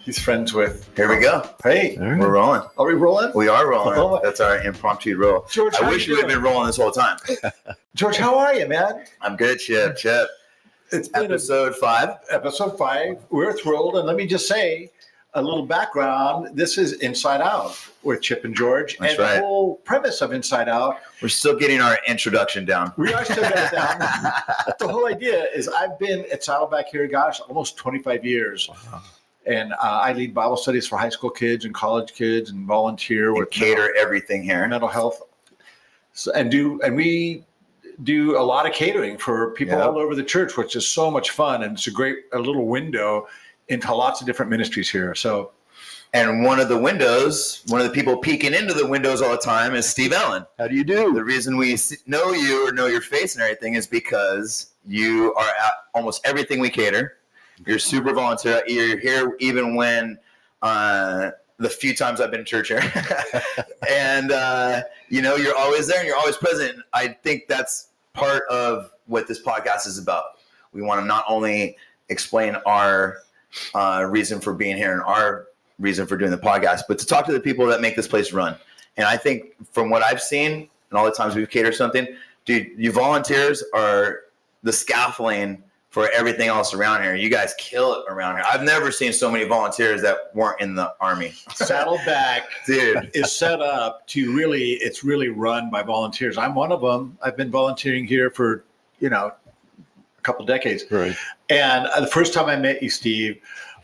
he's friends with. Here we go. Hey, All right. We're rolling. are we rolling? We are rolling. Oh. That's our impromptu roll. George, how I are wish you we would have doing? been rolling this whole time. George, how are you, man? I'm good, Chip. Chip. It's been a- Episode five. episode five. We're thrilled. And let me just say a little background this is Inside Out with Chip and George. That's and right. the whole premise of Inside Out, We're still getting our introduction down. we are still getting down. the whole idea is I've been at Saddleback here, gosh, almost 25 years. And uh, I lead Bible studies for high school kids and college kids and volunteer we with cater everything and here. mental health so, and do and we do a lot of catering for people Yeah. all over the church which is so much fun and it's a great a little window into lots of different ministries here so And one of the windows, one of the people peeking into the windows all the time is Steve Allen. How do you do? The reason we s- know you or know your face and everything is because you are at almost everything we cater. You're super volunteer. You're here even when uh, the few times I've been to church here, and uh, you know you're always there and you're always present. I think that's part of what this podcast is about. We want to not only explain our uh, reason for being here and our reason for doing the podcast, but to talk to the people that make this place run. And I think from what I've seen and all the times we've catered something, dude, you volunteers are the scaffolding for everything else around here. You guys kill it around here. I've never seen so many volunteers that weren't in the army. saddleback Dude, is set up to really it's really run by volunteers i'm one of them i've been volunteering here for you know a couple decades Right. And uh, the first time I met you, Steve,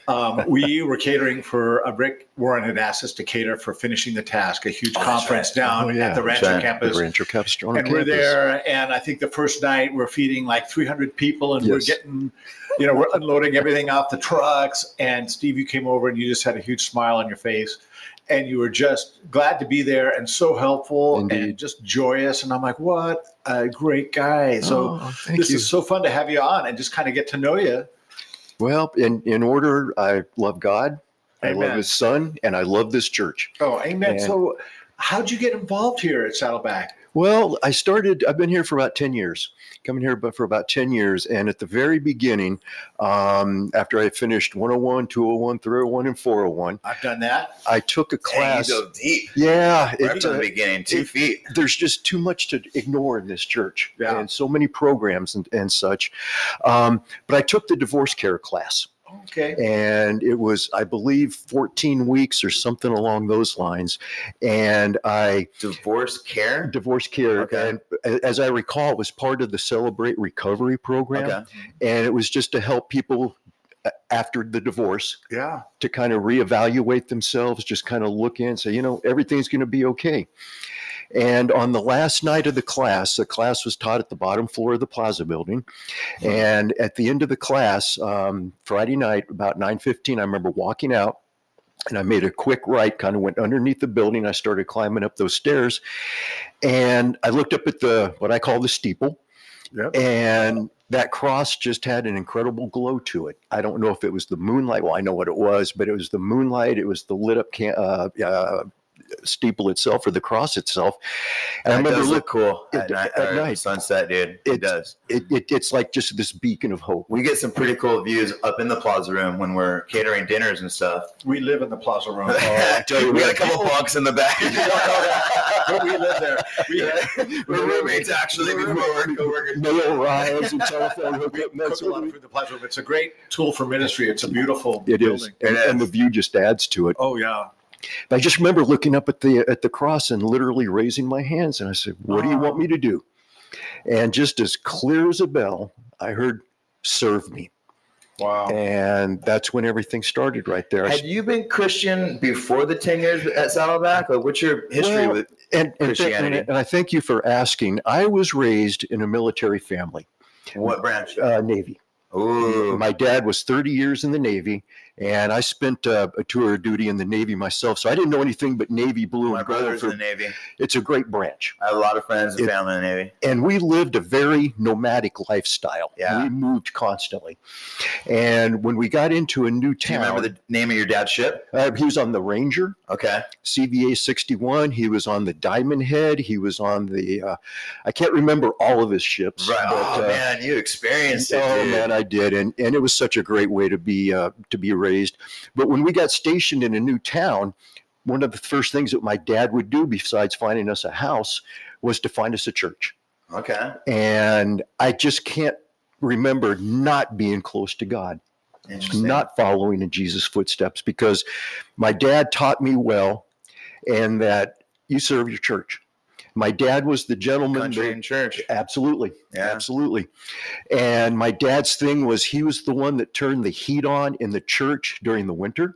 um, we were catering for uh, Rick Warren had asked us to cater for finishing the task, a huge Oh, that's conference right. down Oh, yeah, at the that's Rancho right. campus. The Rancho Capstone and we're there, and I think the first night we're feeding like 300 people, and we're Yes. getting, you know, we're unloading everything off the trucks. And Steve, you came over and you just had a huge smile on your face, and you were just glad to be there and so helpful and Indeed. just joyous. And I'm like, what a great guy! So Oh, thank this you. is so fun to have Oh, you on and just kind of get to know you. well, in, in order, I love God, I love Amen. His Son, and I love this church. Oh, amen. Yeah. So, how'd you get involved here at Saddleback? Well, I started, I've been here for about 10 years, coming here but for about 10 years. And at the very beginning, um, after I finished 101, 201, 301, and 401, I've done that. I took a and class. you go deep Yeah, right it, from uh, the beginning, two it- feet. there's just too much to ignore in this church Yeah. and so many programs and, and such. Um, but I took the divorce care class Okay. and it was, I believe, 14 weeks or something along those lines. And I Divorce care. divorce care, Okay. and uh, as I recall, was part of the Celebrate Recovery program. Okay. And it was just to help people a- after the divorce Yeah. to kind of reevaluate themselves, just kind of look in, say, you know, everything's going to be okay. And on the last night of the class, the class was taught at the bottom floor of the Plaza building. And at the end of the class, um, Friday night, about 9.15, I remember walking out and I made a quick right, kind of went underneath the building. I started climbing up those stairs and I looked up at the, what I call the steeple. Yep. And that cross just had an incredible glow to it. I don't know if it was the moonlight. Well, I know what it was, but it was the moonlight. It was the lit up can- uh, uh, steeple itself or the cross itself. And I That remember does look, look cool it- at, night, at or night. sunset, dude. It, It's- does. it, it, it's like just this beacon of hope. We get some pretty cool views up in the plaza room when we're catering dinners and stuff. We live in the Plaza Oh, Room. I tell you we got a what. couple bunks in the back. we live there. We had We're roommates actually. We were coworkers. Mail arrives and telephone hookup. cooked a lot of food in the Plaza Room. It's a great tool for ministry. It's a beautiful It building. is, and, and the view just adds to it. Oh yeah. But I just remember looking up at the at the cross and literally raising my hands, and I said, "What do you want me to do?" And just as clear as a bell, I heard, "Serve me," Wow. and that's when everything started right there. I Had you been Christian before the ten years at Saddleback? Like, what's your history Well, with? And, and, th- Christianity. and I thank you for asking. I was raised in a military family, What branch? uh, Navy. Ooh, My dad was 30 years in the Navy, and I spent uh, a tour of duty in the Navy myself. So I didn't know anything but Navy blue my and gold. brother's in for- the Navy. it's a great branch. I have a lot of friends and It- family in the Navy. And we lived a very nomadic lifestyle. Yeah. We moved constantly. And when we got into a new Do you town, remember the name of your dad's ship? uh, he was on the Ranger. Okay. CVA 61. He was on the Diamond Head. He was on the, uh, I can't remember all of his ships. Right. Oh uh, man, you experienced it. oh dude. man, I did, and and it was such a great way to be uh, to be raised. But when we got stationed in a new town, one of the first things that my dad would do, besides finding us a house, was to find us a church. Okay. And I just can't remember not being close to God Interesting. not following in Jesus' footsteps because my dad taught me well and that you serve your church. My dad was the gentleman. country that- and church. absolutely. Yeah. Absolutely. And my dad's thing was he was the one that turned the heat on in the church during the winter.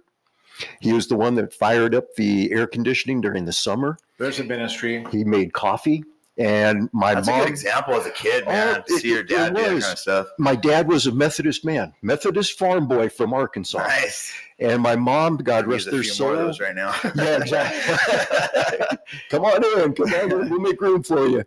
He was the one that fired up the air conditioning during the summer. There's a ministry. He made coffee. And my That's a mom, good example as a kid, Oh, man. to it- see your it dad do that kind was. of stuff. my dad was a Methodist man, Methodist farm boy from Arkansas. Nice. And my mom, God Use rest a their few more of soul, those right now. Yeah, come on in, come on, we'll- we'll make room for you.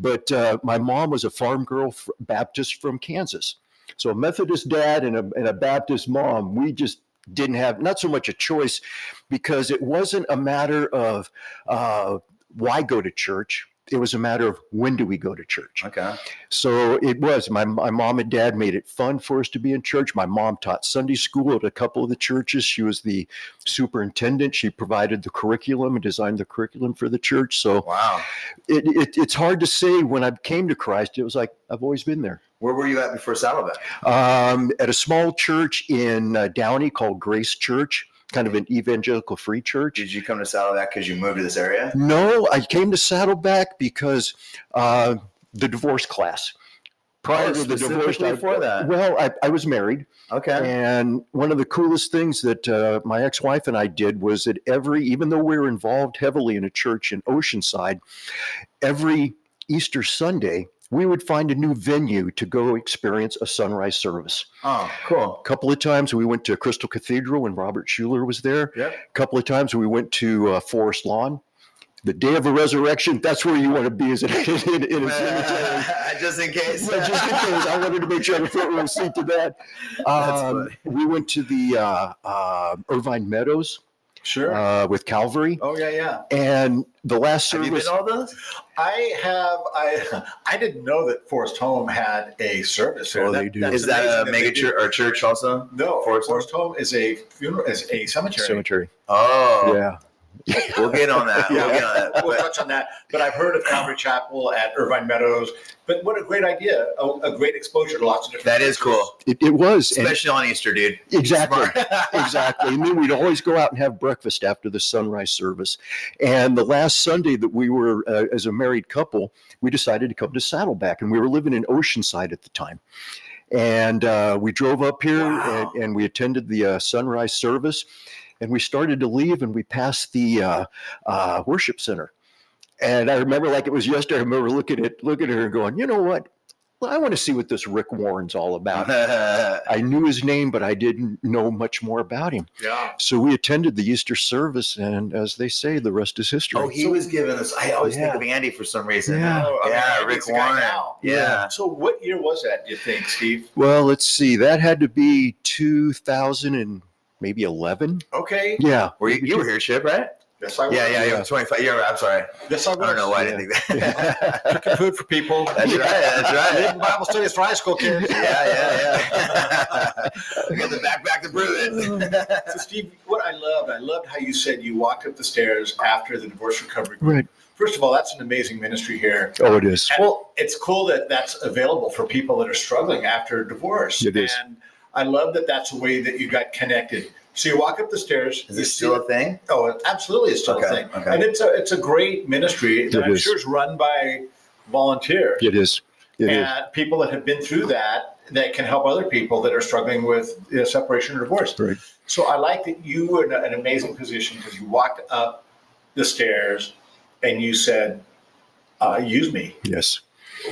But uh, my mom was a farm girl, fr- Baptist from Kansas. So a Methodist dad and a, and a Baptist mom, we just didn't have not so much a choice because it wasn't a matter of uh, why go to church. It was a matter of when do we go to church. okay. So it was. My, my mom and dad made it fun for us to be in church. My mom taught Sunday school at a couple of the churches. She was the superintendent. She provided the curriculum and designed the curriculum for the church. So Wow. it, it, it's hard to say when I came to Christ, it was like I've always been there. Where were you at before Saddleback? Um, at a small church in uh, Downey called Grace Church, kind of an evangelical free church. Did you come to Saddleback because you moved to this area? No, I came to Saddleback because uh, the divorce class. Prior Oh, to the divorce, specifically I- for that. Well, I, I was married, Okay. and one of the coolest things that uh, my ex-wife and I did was that every, even though we were involved heavily in a church in Oceanside, every Easter Sunday we would find a new venue to go experience a sunrise service. Oh, A cool. couple of times we went to Crystal Cathedral when Robert Schuller was there. Yep. A couple of times we went to uh, Forest Lawn. The day of the resurrection, that's where you want to be is in, in, in a cemetery. just in Well, case. just in case, I wanted to make sure I had a front row seat to that. That's Um, funny. we went to the uh, uh, Irvine Meadows Sure. uh, with Calvary, oh yeah, yeah. and the last Have you been service. to all those? I have. I I didn't know that Forest Home had a service. there. Oh, they do. that's Is that a amazing they mega do. church or church also? No, Forest Forest, Home? Home is a funeral is a cemetery. Cemetery. Oh, Yeah. we'll get on that. We'll get on that. we'll touch on that. But I've heard of Calvary Chapel at Irvine Meadows. But what a great idea! A, a great exposure to lots of different. That is cultures. cool, It, it was. and- especially on Easter, dude. exactly. Smart. exactly. And then we'd always go out and have breakfast after the sunrise service. And the last Sunday that we were uh, as a married couple, we decided to come to Saddleback, and we were living in Oceanside at the time. And uh, we drove up here Wow. and, and we attended the uh, sunrise service. And we started to leave, and we passed the uh, uh, worship center. And I remember like it was yesterday. I remember looking at looking at her and going, "You know what? Well, I want to see what this Rick Warren's all about." I knew his name, but I didn't know much more about him. Yeah. So we attended the Easter service, and as they say, the rest is history. oh, he was giving us. I always think Yeah. of Andy for some reason. Yeah. Oh, I mean, Yeah, I think Rick it's the guy Warren. now. Yeah. So what year was that? Do you think, Steve? well, let's see. That had to be 2000 and maybe 11. Okay. Yeah. Were you, you were here, Ship, right? Yes, I was. Yeah, yeah, yeah. Yeah. 25. Yeah, I'm sorry. Yes, I I was. don't know why I didn't think that. Cooking food for people. That's right. That's right. Leading Bible studies for high school kids. Yeah, yeah, yeah. Got the backpack to prove it. So, Steve, what I loved, I loved how you said you walked up the stairs after the divorce recovery. Right. First of all, that's an amazing ministry here. Oh, it is. And well, it's cool that that's available for people that are struggling after divorce. It is. And I love that that's a way that you got connected. So you walk up the stairs. Is you it see still a thing? Oh, it absolutely, it's still Okay, a thing, okay. and it's a it's a great ministry that It I'm is. sure is run by volunteers It is. It is. and people that have been through that that can help other people that are struggling with you know, separation or divorce. Right. So I like that you were in a- an amazing position because you walked up the stairs and you said, uh, "Use me." Yes.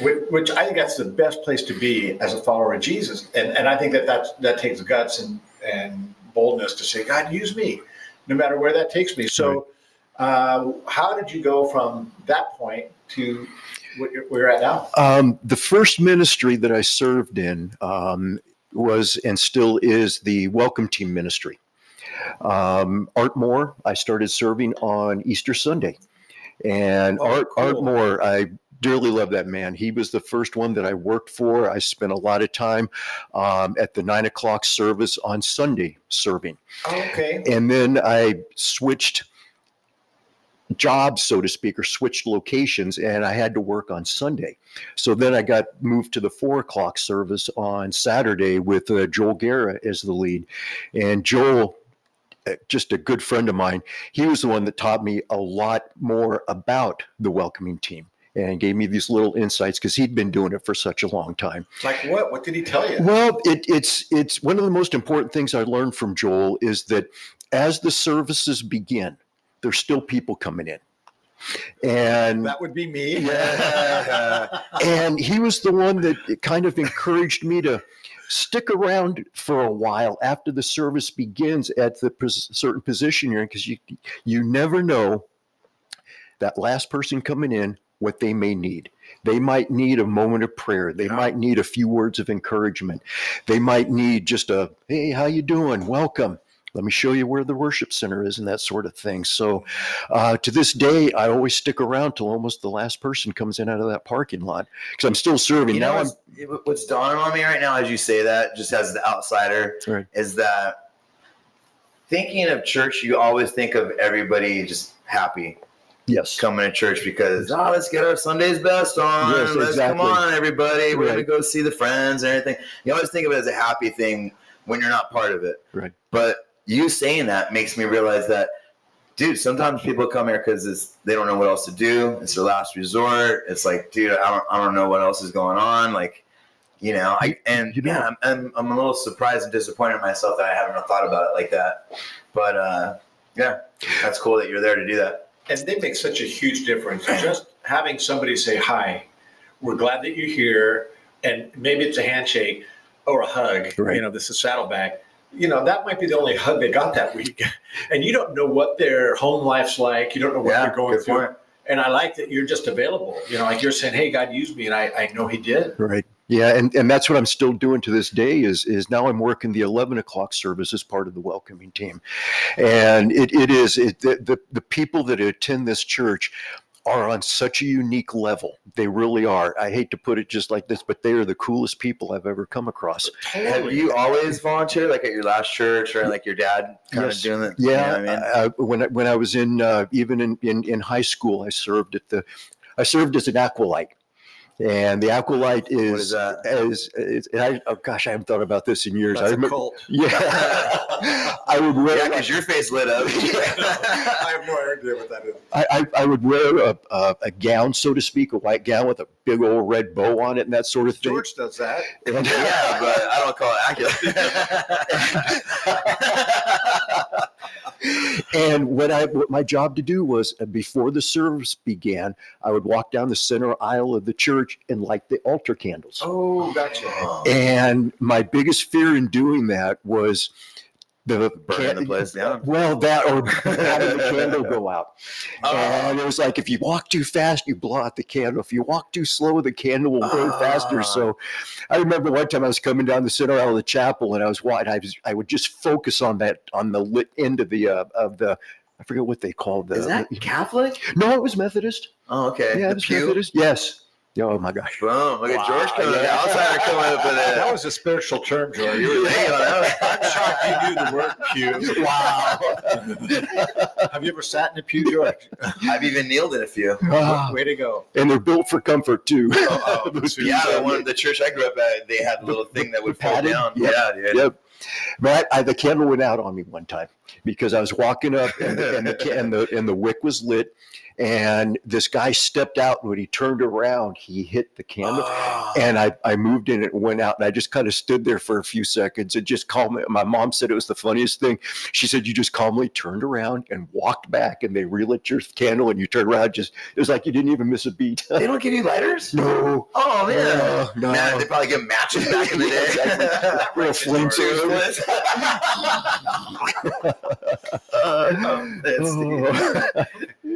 Which, which I think that's the best place to be as a follower of Jesus, and and I think that that's, that takes guts and and boldness to say, God, use me, no matter where that takes me. So, uh, how did you go from that point to what you're, where you're at now? Um, the first ministry that I served in um, was and still is the Welcome Team Ministry. Um, Art Moore, I started serving on Easter Sunday. And Oh, Art, Art cool. Moore, I dearly love that man. He was the first one that I worked for. I spent a lot of time um, at the nine o'clock service on Sunday serving. Okay. And then I switched jobs, so to speak, or switched locations, and I had to work on Sunday. So then I got moved to the four o'clock service on Saturday with uh, Joel Guerra as the lead. And Joel, uh, just a good friend of mine, he was the one that taught me a lot more about the welcoming team and gave me these little insights because he'd been doing it for such a long time. Like what? What did he tell you? Well, it, it's it's one of the most important things I learned from Joel is that as the services begin, there's still people coming in, and That would be me. Yeah. and he was the one that kind of encouraged me to stick around for a while after the service begins at the pos- certain position you're in because you you never know that last person coming in what they may need they might need a moment of prayer they Yeah. might need a few words of encouragement they might need just a hey how you doing welcome let me show you where the worship center is and that sort of thing so uh, to this day i always stick around till almost the last person comes in out of that parking lot because i'm still serving You now know i'm what's, it- what's dawning on me right now as you say that, just as the outsider, Right. is that thinking of church, you always think of everybody just happy yes coming to church because oh, let's get our Sunday's best on. Yes, let's exactly. come on, everybody. We're gonna Right. go see the friends and everything. You always think of it as a happy thing when you're not part of it. Right. But you saying that makes me realize that dude, sometimes people come here because they don't know what else to do. It's their last resort. It's like, dude, I don't, I don't know what else is going on. Like, you know, I and You know- yeah, I'm, I'm, I'm a little surprised and disappointed in myself that I haven't thought about it like that. But uh, yeah, that's cool that you're there to do that. And they make such a huge difference. Just having somebody say, Hi, we're glad that you're here. And maybe it's a handshake or a hug. Right. You know, this is Saddleback. You know, that might be the only hug they got that week. And you don't know what their home life's like. You don't know what yeah, they're going good through. point. And I like that you're just available. You know, like you're saying, Hey, God used me. And I, I know He did. Right. Yeah, and, and that's what I'm still doing to this day is is now I'm working the eleven o'clock service as part of the welcoming team, and it, it is it the, the the people that attend this church are on such a unique level. They really are. I hate to put it just like this, but they are the coolest people I've ever come across. Have you always volunteered, like at your last church, or like your dad kind Yes. of doing it? Yeah, you know what I mean, uh, when I, when I was in uh, even in, in in high school, I served at the I served as an acolyte, and the acolyte is what is that? as is, and I, oh gosh, I haven't thought about this in years. I That's a remember, cult. yeah, I would wear. Yeah, because your face lit up. I have no idea what that is. I, I, I would wear a, a, a gown, so to speak, a white gown with a big old red bow on it and that sort of thing. George does that. And- yeah, but I don't call it accurate. and what I what my job to do was uh, before the service began, I would walk down the center aisle of the church and light the altar candles. Oh, gotcha. And my biggest fear in doing that was the, Burning the can- place down. Well, that or having the candle go out. Oh, And it was like, if you walk too fast, you blow out the candle. If you walk too slow, the candle will burn faster. Ah. So I remember one time I was coming down the center aisle of the chapel and I was wide. I was, I would just focus on that, on the lit end of the, uh, of the, I forget what they called the, is that Catholic? no, it was Methodist. Oh, okay. Yeah, The it was pew? Methodist. Yes. Yeah, Oh my gosh. Boom! Look at Wow, George coming yeah. up. Outsider coming up with it. That was a spiritual term, George. you were thinking about that. I'm shocked you knew the word pew. Wow! Have you ever sat in a pew, George? I've even kneeled in a few. Ah, Way to go. and they're built for comfort too. Oh, Those pews yeah, are the one the church I grew up at, they had a little thing that would fall padded? down. Yep. Yeah, dude. Yep. Matt, I, the candle went out on me one time because I was walking up and, and, the, ca- and the and the wick was lit, and this guy stepped out. And when he turned around, he hit the candle, Oh. and I, I moved in. It went out, and I just kind of stood there for a few seconds and just calmly. My mom said it was the funniest thing. She said you just calmly turned around and walked back, and they relit your candle, and you turned around. Just it was like you didn't even miss a beat. They don't give you lighters? no, Oh man. no, no. Man, they probably get matches back in the Yeah, day. exactly. Real flimsy. Tubeless. Uh, that's- Oh.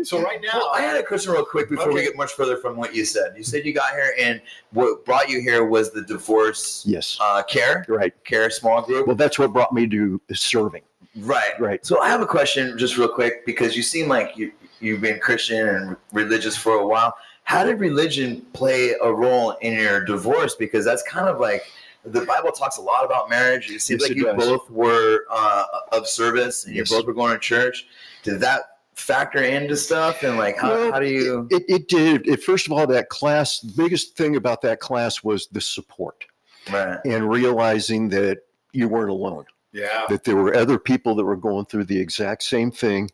So right now, Well, I had a question real quick before we Okay. get much further from what you said. You said you got here, and what brought you here was the divorce Yes, uh, care right. care small group, Well, that's what brought me to serving. right? Right. So I have a question, just real quick, because you seem like you you've been Christian and religious for a while. How did religion play a role in your divorce? Because that's kind of like the Bible talks a lot about marriage. It seems Yes, like it you does. both were uh, of service and Yes. you both were going to church. Did that factor into stuff? And like, how, Well, how do you? It, it did. It, first of all, that class, the biggest thing about that class was the support right. and realizing that you weren't alone. Yeah. that there were other people that were going through the exact same thing.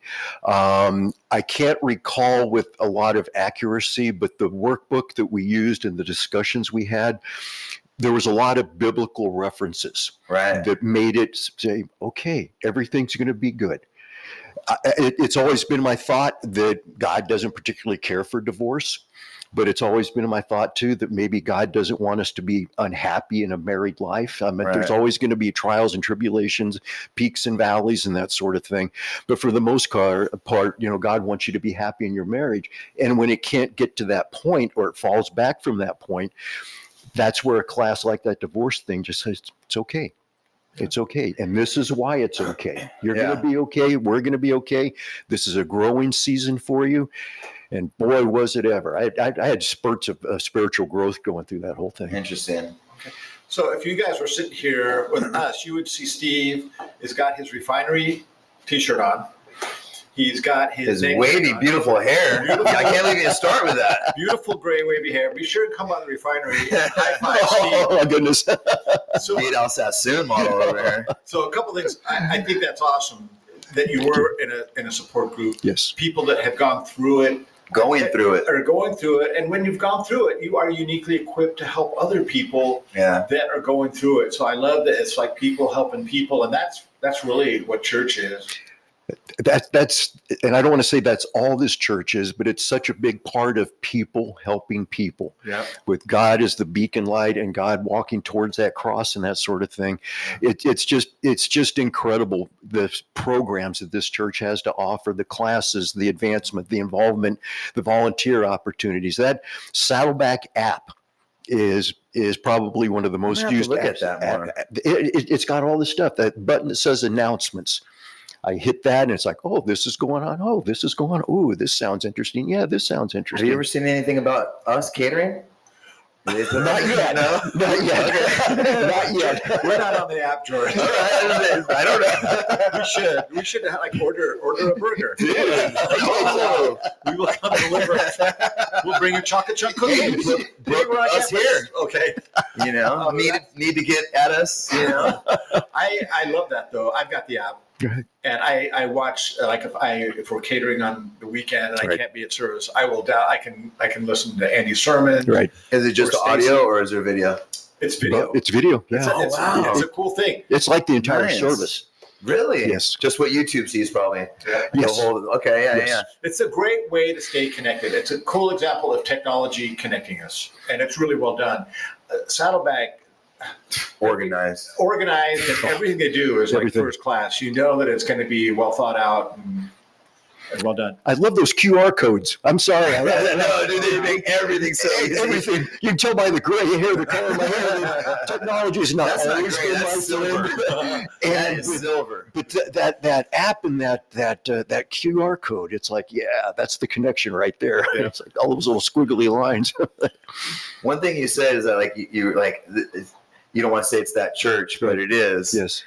Um, I can't recall with a lot of accuracy, but the workbook that we used and the discussions we had, there was a lot of biblical references Right. that made it say, okay, everything's going to be good. I, it, it's always been my thought that God doesn't particularly care for divorce, but it's always been my thought too that maybe God doesn't want us to be unhappy in a married life. I mean, Right. there's always going to be trials and tribulations, peaks and valleys, and that sort of thing. But for the most car, part, you know, God wants you to be happy in your marriage. And when it can't get to that point or it falls back from that point, that's where a class like that divorce thing just says it's okay. It's okay. And this is why it's okay. You're going Yeah. to be okay. We're going to be okay. This is a growing season for you. And boy, was it ever. I, I, I had spurts of uh, spiritual growth going through that whole thing. Interesting. So if you guys were sitting here with us, you would see Steve has got his refinery T-shirt on. He's got his, His name wavy, tag on. beautiful hair. Beautiful. I can't believe you start with that. beautiful gray wavy hair. Be sure to come by the refinery. and High five, Steve. Oh, my goodness. So Beat Al Sassoon model over here. So a couple things. I, I think that's awesome that you were in a in a support group. Yes. People that have gone through it Going through it. are going through it, and when you've gone through it, you are uniquely equipped to help other people Yeah. that are going through it. So I love that it's like people helping people, and that's that's really what church is. That, that's, and I don't want to say that's all this church is, but it's such a big part of people helping people. Yeah, with God as the beacon light and God walking towards that cross and that sort of thing. It, it's just it's just incredible the programs that this church has to offer, the classes, the advancement, the involvement, the volunteer opportunities. That Saddleback app is is probably one of the most have to used. look at apps. that more. It, it, it's got all this stuff. That button that says announcements. I hit that and it's like, oh, this is going on. Oh, this is going on. Oh, this sounds interesting. Yeah, this sounds Have interesting. you ever seen anything about us catering? Not yet. No? Not yet. Okay. Not yet. we're not on the app, George. All right. I don't know. we should we should like order order a burger. Oh, We will come deliver. it. We'll bring you chocolate chunk you cookies. put- put us here. Okay. You know, need, need to get at us. You know, I, I love that though. I've got the app. Go ahead. And I, I watch uh, like if I if we're catering on the weekend and I Right. can't be at service, I will down, I can I can listen to Andy's sermon. Right. is it just Or Stacy. audio or is there video? It's video. It's video. It's Yeah. a, Oh, it's- wow. it's a cool thing. It's like the entire Nice. service. Really? Yes. Just what YouTube sees, probably. The Yes. whole- okay. Yeah. Yes. Yeah. It's a great way to stay connected. It's a cool example of technology connecting us, and it's really well done. Uh, Saddleback Organized. organized, and everything they do is like Oh. Everything. first class. You know that it's going to be well thought out and, and well done. I love those QR codes. I'm sorry. I- I- no, dude, they make everything so easy. Everything. You can tell by the gray hair, the color of my hair. that Technology is not That's not always gray. in my That's favor. silver. that And is with- silver. but th- that that app and that that uh, that QR code, it's like, yeah, that's the connection right there. Yeah. It's like all those little squiggly lines. One thing you said is that like you, you like th- it's- you don't want to say it's that church, but it is. yes.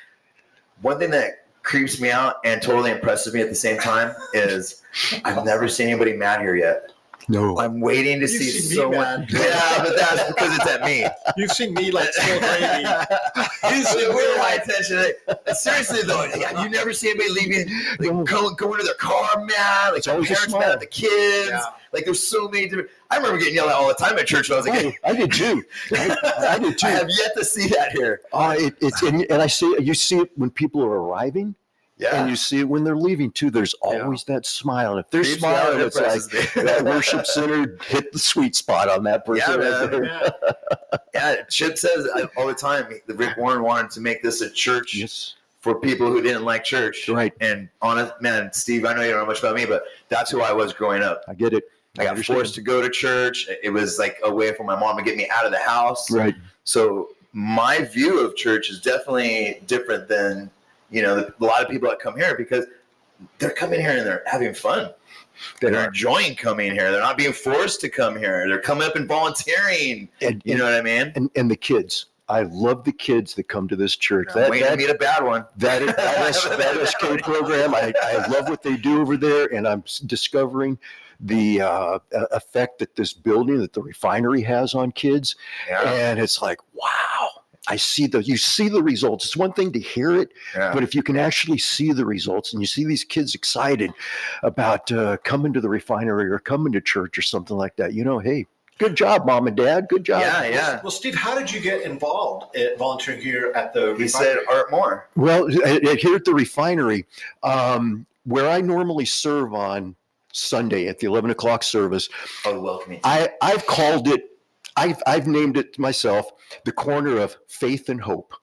One thing that creeps me out and totally impresses me at the same time is I've never seen anybody mad here yet. No. I'm waiting to You've see seen me someone. mad. Yeah, but that's because it's at me. You've seen me like still gravy. Usually we're high attention. Seriously though, yeah, you never see anybody leaving, No. like go, going to their car mad, like It's their always a parents smile. mad at the kids. Yeah. Like there's so many different. I remember getting yelled at all the time at church when I was a kid. I, I did too. I, I did too. I have yet to see that here. Uh, it, it's and, and I see you see it when people are arriving, Yeah. and you see it when they're leaving too. There's Yeah. always that smile, and if they're Creeps me out smiling, and it's like impresses me. that worship center hit the sweet spot on that person Yeah, right man. there. Yeah. Yeah, Chip says it all the time that Rick Warren wanted to make this a church Yes, for people who didn't like church. right. And honest, man, Steve, I know you don't know much about me, but that's who I was growing up. I get it. I got understand. forced to go to church. It was like a way for my mom to get me out of the house. Right. So my view of church is definitely different than you know the, a lot of people that come here because they're coming here and they're having fun. They They're are, enjoying coming here. They're not being forced to come here. They're coming up and volunteering. and, You know what I mean? and, and the kids. I love the kids that come to this church. That, we need that, a bad one. that, that, S- that SK program, I, I love what they do over there, and I'm s- discovering the uh, e- effect that this building, that the refinery has on kids. Yeah, And it's like, wow, I see the, you see the results. It's one thing to hear it, yeah. but if you can actually see the results and you see these kids excited about uh, coming to the refinery or coming to church or something like that, you know, hey, good job, mom and dad. Good job. yeah, yeah. Well, Steve, how did you get involved at volunteering here at the? He refinery? said Art Moore. Well, uh, uh, here at the refinery, um, where I normally serve on Sunday at the 11 o'clock service, Oh, welcoming. I, I've called it, I've, I've named it myself, the corner of faith and hope.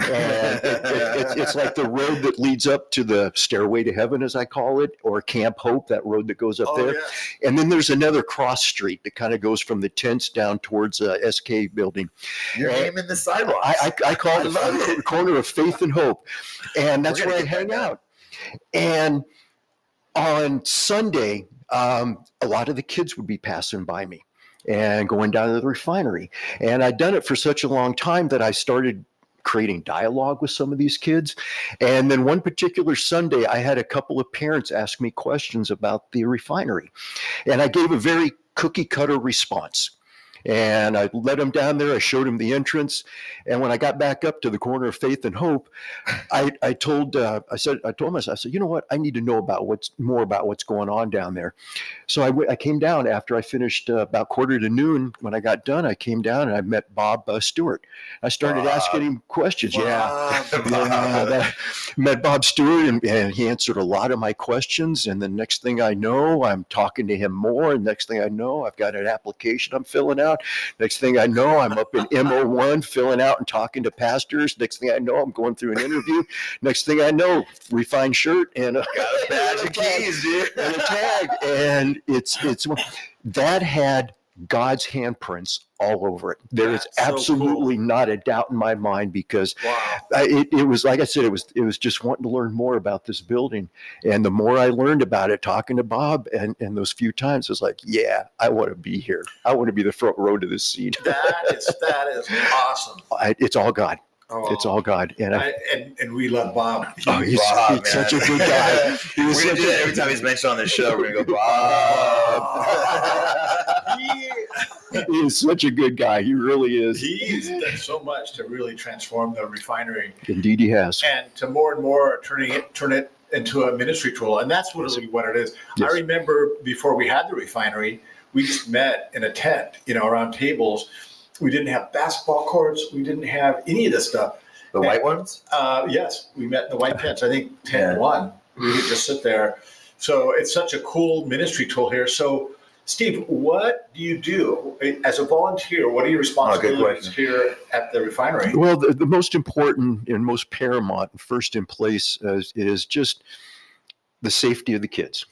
And it- it- it's, it's like the road that leads up to the stairway to heaven, as I call it, or Camp Hope, that road that goes up "Oh there. yeah, And then there's another cross street that kind of goes from the tents down towards uh, SK building. You're naming the sidewalk. I, I, I call I it love the it. corner of faith and hope. And that's We're gonna where I get hang that out. And on Sunday, um, a lot of the kids would be passing by me and going down to the refinery. And I'd done it for such a long time that I started creating dialogue with some of these kids. And then one particular Sunday, I had a couple of parents ask me questions about the refinery. And I gave a very cookie cutter response. And I led them down there. I showed them the entrance. And when I got back up to the corner of faith and hope, I, I told uh, I said I told myself I said you know what I need to know about what's more about what's going on down there. So I went- I came down after I finished uh, about quarter to noon. When I got done, I came down and I met Bob uh, Stewart. I started Bob. asking him questions. Yeah, yeah, Wow. that, met Bob Stewart and, and he answered a lot of my questions. And the next thing I know, I'm talking to him more. And next thing I know, I've got an application I'm filling out. Next thing I know, I'm up in MO1 filling out and talking to pastors. Next thing I know, I'm going through an interview. Next thing I know, refined shirt and a, Got a badge and keys, dude. and a tag. And it's, it's that had God's handprints all over it. There is That's so cool. absolutely not a doubt in my mind because wow, I, it, it was like I said, it was it was just wanting to learn more about this building, and the more I learned about it, talking to Bob and and those few times, I was like, yeah, I want to be here. I want to be the front row to this seat. that is that is awesome. I, it's all God. Oh, It's all God. And I, I, and and we love Bob. oh, he's, Bob, he's man. such a good guy. He We're was gonna such do that a- every time he's mentioned on the show. We're gonna go Bob. he, he is such a good guy. He really is. he's done so much to really transform the refinery Indeed, he has. and to more and more turning it turn it into a ministry tool and that's really what it is Yes. i remember before we had the refinery we just met in a tent you know around tables we didn't have basketball courts we didn't have any of this stuff the white ones. uh, yes we met in the white tents i think Yeah. 10 1 we would just sit there so it's such a cool ministry tool here so steve what do you do as a volunteer what are your responsibilities question. here at the refinery Oh, Well, the, the most important and most paramount, and first in place, uh, is just the safety of the kids.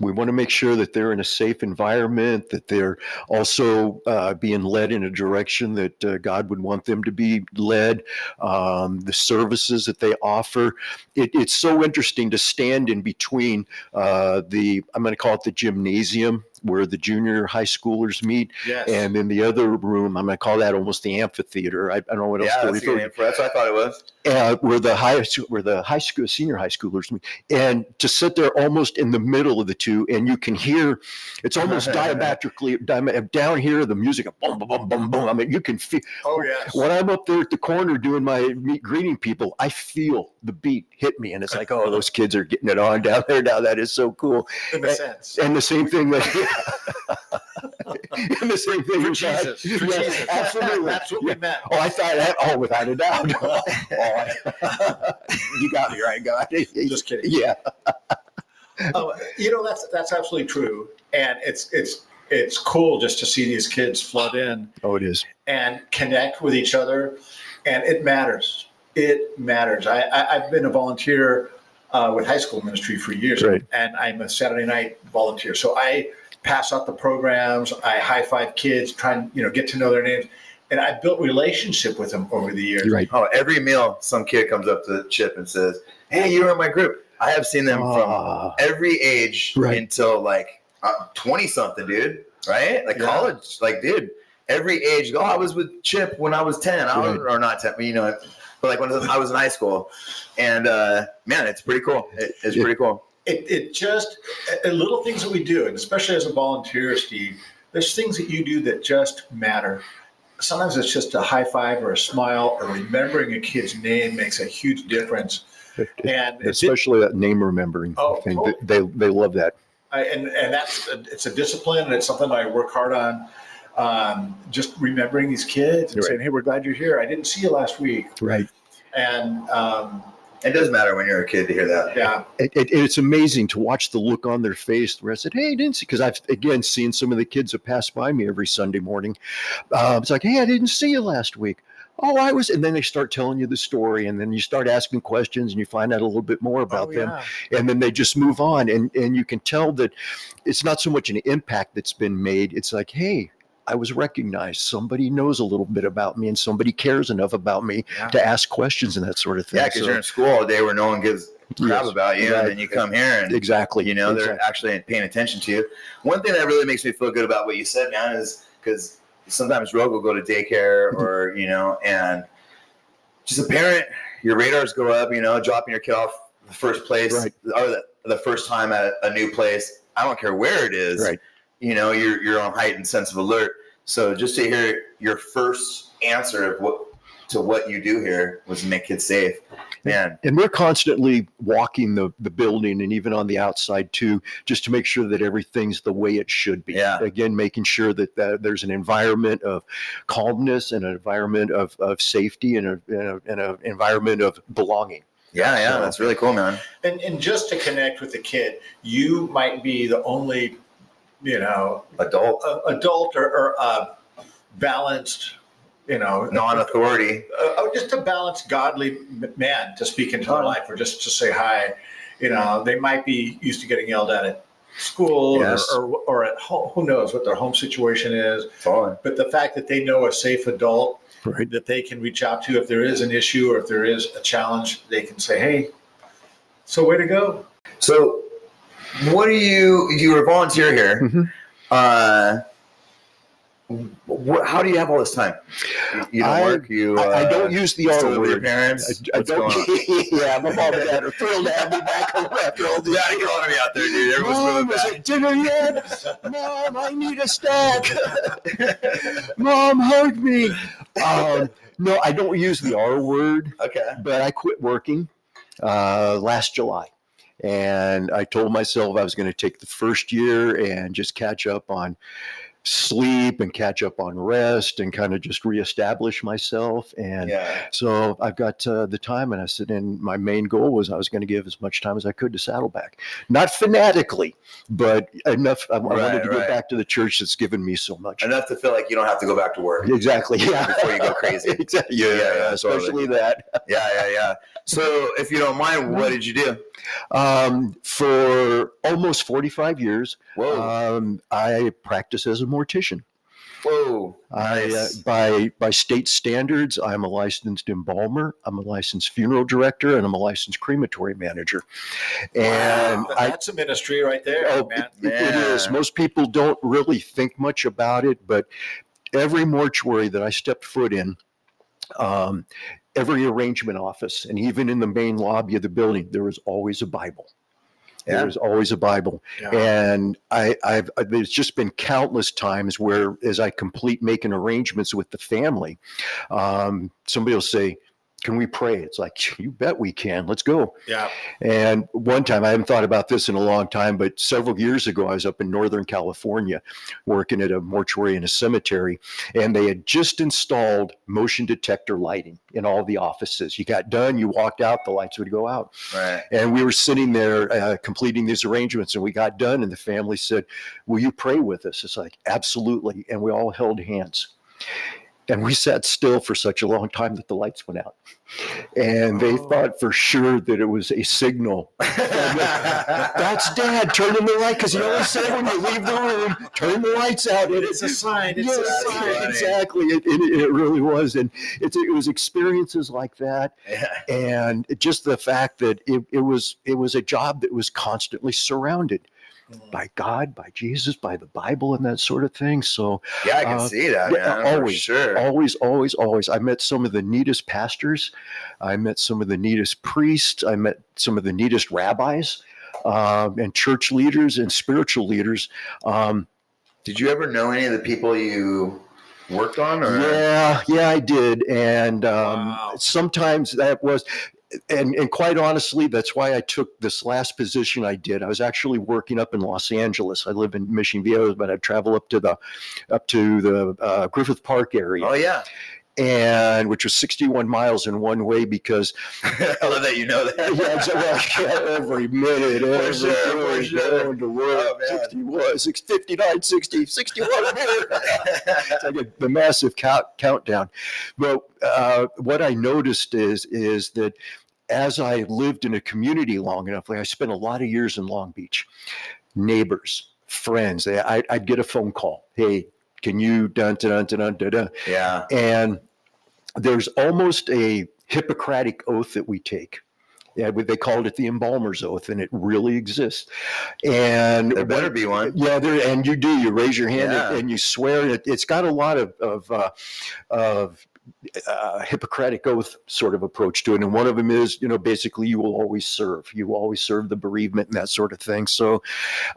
We want to make sure that they're in a safe environment, that they're also uh, being led in a direction that uh, God would want them to be led, um, the services that they offer. It, it's so interesting to stand in between uh, the, I'm going to call it the gymnasium, where the junior high schoolers meet, yes and then the other room, I'm going to call that almost the amphitheater. I, I don't know what else Yeah, to that's, a good refer name for it. that's what I thought it was. to. Uh, where the high, where the high school, senior high schoolers, meet. and to sit there almost in the middle of the two, and you can hear, it's almost diametrically diam- down here. The music, boom, boom, boom, boom, boom. I mean, you can feel oh yes when I'm up there at the corner doing my meet, greeting people. I feel the beat hit me, and it's like, oh, those kids are getting it on down there now. That is so cool. in a sense And the same thing with and the same thing For with God. Jesus. For Yes, Jesus. Absolutely. That's what we Yeah. meant. Oh, I thought that. Oh, without a doubt. Oh, I- you got me right, God. Just kidding. Yeah. Oh, you know that's that's absolutely true, and it's it's it's cool just to see these kids flood in Oh, it is. and connect with each other, and it matters. It matters. I, I I've been a volunteer uh, with high school ministry for years, Right. and I'm a Saturday night volunteer. So I pass out the programs. I high five kids, try and you know get to know their names, and I built relationship with them over the years. You're right. Oh, every meal, some kid comes up to Chip and says, "Hey, you were in my group. I have seen them from Ah, every age Right. until like twenty something, dude. Right? Like Yeah. college, like dude. Every age. Oh, I was with Chip when I was ten. I was, or not ten, but you know, but like when I was- I was in high school, and uh, man, it's pretty cool. It, it's Yeah. pretty cool. it, it just uh, little things that we do, and especially as a volunteer, Steve, there's things that you do that just matter. Sometimes it's just a high five or a smile or remembering a kid's name makes a huge difference. And it's especially that name remembering Oh, thing. cool. They they love that. I, and and that's it's a discipline and it's something I work hard on. Um, just remembering these kids and Right. saying, "Hey, we're glad you're here. I didn't see you last week." Right. And um, It does matter when you're a kid to hear that. yeah, It, it, it's amazing to watch the look on their face where I said, Hey, I didn't see, because I've again seen some of the kids that pass by me every Sunday morning. Uh, it's like, Hey, I didn't see you last week. Oh, I was. And then they start telling you the story, and then you start asking questions and you find out a little bit more about Oh, them. yeah. and then they just move on and and you can tell that it's not so much an impact that's been made it's like hey i was recognized somebody knows a little bit about me and somebody cares enough about me Yeah. to ask questions and that sort of thing Yeah, because So- you're in school all day where no one gives a crap Yes. about you, Right. and then you come here and exactly you know they're exactly. actually paying attention to you. One thing that really makes me feel good about what you said, man, is because sometimes Rogue will go to daycare Mm-hmm. or you know, and just a parent, your radars go up. You know, dropping your kid off the first place Right. or the, the first time at a new place. I don't care where it is. Right. You know, you're you're on heightened sense of alert. So just to hear your first answer of what to what you do here was make kids safe, man. and we're constantly walking the, the building and even on the outside too just to make sure that everything's the way it should be Yeah. again making sure that, that there's an environment of calmness and an environment of, of safety and a, and a, and a environment of belonging Yeah, yeah, So- that's really cool, man. And and just to connect with the kid, you might be the only, you know, Adult, a- adult or, or uh, balanced, you know, non-authority. uh, oh, just a balanced, godly m- man to speak into their life or just to say hi. You know, they might be used to getting yelled at at school Yes. or, or, or at home. Who knows what their home situation is? Fallen. But the fact that they know a safe adult right that they can reach out to if there is an issue or if there is a challenge, they can say, "Hey, so way to go." So, what do you? You were a volunteer here. Mhm. Uh, wh- how do you have all this time? You- You don't I- work. You. I, I don't uh, use the still R live with your word. parents. I, I What's don't. going on? yeah, I'm a mom and dad. I'm thrilled to have me back home after all Yeah, this. you're calling me out there, dude. Everyone's Mom, moving is back. it dinner yet? Mom, I need a snack. Mom, hug me. Um, no, I don't use the R word, Okay. but I quit working uh, last July. And I told myself I was going to take the first year and just catch up on sleep and catch up on rest and kind of just reestablish myself. And Yeah. so I've got uh, the time, and I said, and my main goal was I was going to give as much time as I could to Saddleback, not fanatically, but enough. I, I Right, wanted to go right. back to the church that's given me so much. Enough to feel like you don't have to go back to work. Exactly. Yeah. Before you go crazy. exactly. Yeah. Yeah, yeah, totally. especially that. Yeah, yeah, yeah. So, if you don't mind, Mm-hmm. what did you do? Um, for almost 45 years, Whoa, um, I practice as a mortician. whoa. I, uh, Nice. by by state standards, I'm a licensed embalmer, I'm a licensed funeral director, and I'm a licensed crematory manager. And Wow, I, that's a ministry right there, Oh, man. It- it is. Yeah. Most people don't really think much about it, but every mortuary that I stepped foot in, um, every arrangement office, and even in the main lobby of the building, there was always a Bible. Yeah. There was always a Bible, Yeah. and I, I've I- there's just been countless times where, as I complete making arrangements with the family, um, somebody will say, "Can we pray?" It's like, "You bet we can. Let's go." Yeah. And one time, I haven't thought about this in a long time, but several years ago, I was up in Northern California working at a mortuary and a cemetery, and they had just installed motion detector lighting in all the offices. You got done, you walked out, the lights would go out. Right. And we were sitting there uh, completing these arrangements, and we got done, and the family said, Will you pray with us? It's like, Absolutely. And we all held hands. And we sat still for such a long time that the lights went out. And they thought for sure that it was a signal. That's dad turning the light because he always said when you leave the room, turn the lights out. It It's a sign. It's Yes, a sign. exactly. It, it, it really was. And it's, it was experiences like that. Yeah. And just the fact that it, it was, it was a job that was constantly surrounded by God, by Jesus, by the Bible and that sort of thing. So Yeah, I can Uh, see that. yeah, man, for always, sure. always, always, always. I met some of the neatest pastors. I met some of the neatest priests. I met some of the neatest rabbis um, and church leaders and spiritual leaders. Um, Did you ever know any of the people you worked on? Or? Yeah, yeah, I did, and um, Wow. sometimes that was, and and quite honestly, that's why I took this last position I did. I was actually working up in Los Angeles. I live in Mission Viejo, but I travel up to the up to the uh, Griffith Park area, Oh yeah. and which was sixty-one miles in one way because I love that you know yeah, that. it's- well, yeah, every minute, every sure, for day, sure. going to work, Oh, man. 61, 6, 59, 60, 61 minutes it's like a, the massive count, countdown. But uh, what I noticed is is that as I lived in a community long enough, like I spent a lot of years in Long Beach, neighbors, friends, they, I, I'd get a phone call. Hey, can you dun dun dun dun dun dun? yeah. And there's almost a Hippocratic oath that we take. Yeah, but they called it the embalmer's oath, and it really exists. And There what- better be one. yeah, there, and you do. You raise your hand Yeah. and, and you swear. It, it's got a lot of of, uh, of uh, Hippocratic oath sort of approach to it. And one of them is, you know, basically you will always serve. You will always serve the bereavement and that sort of thing. So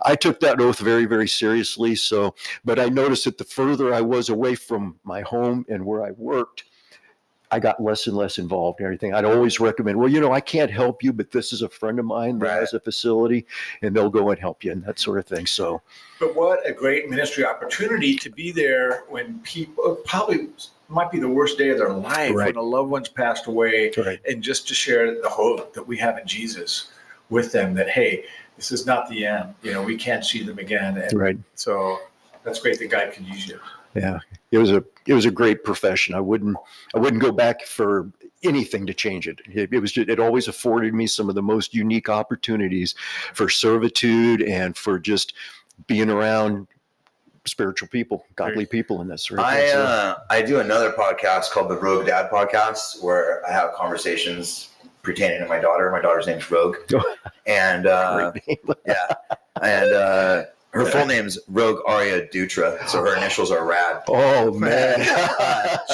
I took that oath very, very seriously. So, but I noticed that the further I was away from my home and where I worked. I got less and less involved in everything. I'd always recommend, well, you know, I can't help you, but this is a friend of mine that Right. has a facility and they'll go and help you and that sort of thing. So, But what a great ministry opportunity to be there when people probably might be the worst day of their life when Right. a loved one's passed away, Right. and just to share the hope that we have in Jesus with them that hey, this is not the end. You know, we can't see them again, and Right. so that's great that God can use you. Yeah. It was a it was a great profession. I wouldn't I wouldn't go back for anything to change it. It, it was ju- it always afforded me some of the most unique opportunities for servitude and for just being around spiritual people, godly people, and that sort of I thing. So, uh, I do another podcast called the Rogue Dad Podcast where I have conversations pertaining to my daughter. My daughter's name's Rogue, Oh. and uh, great name. yeah, and uh, her full name's Rogue Aria Dutra, so her initials are Rad. oh man.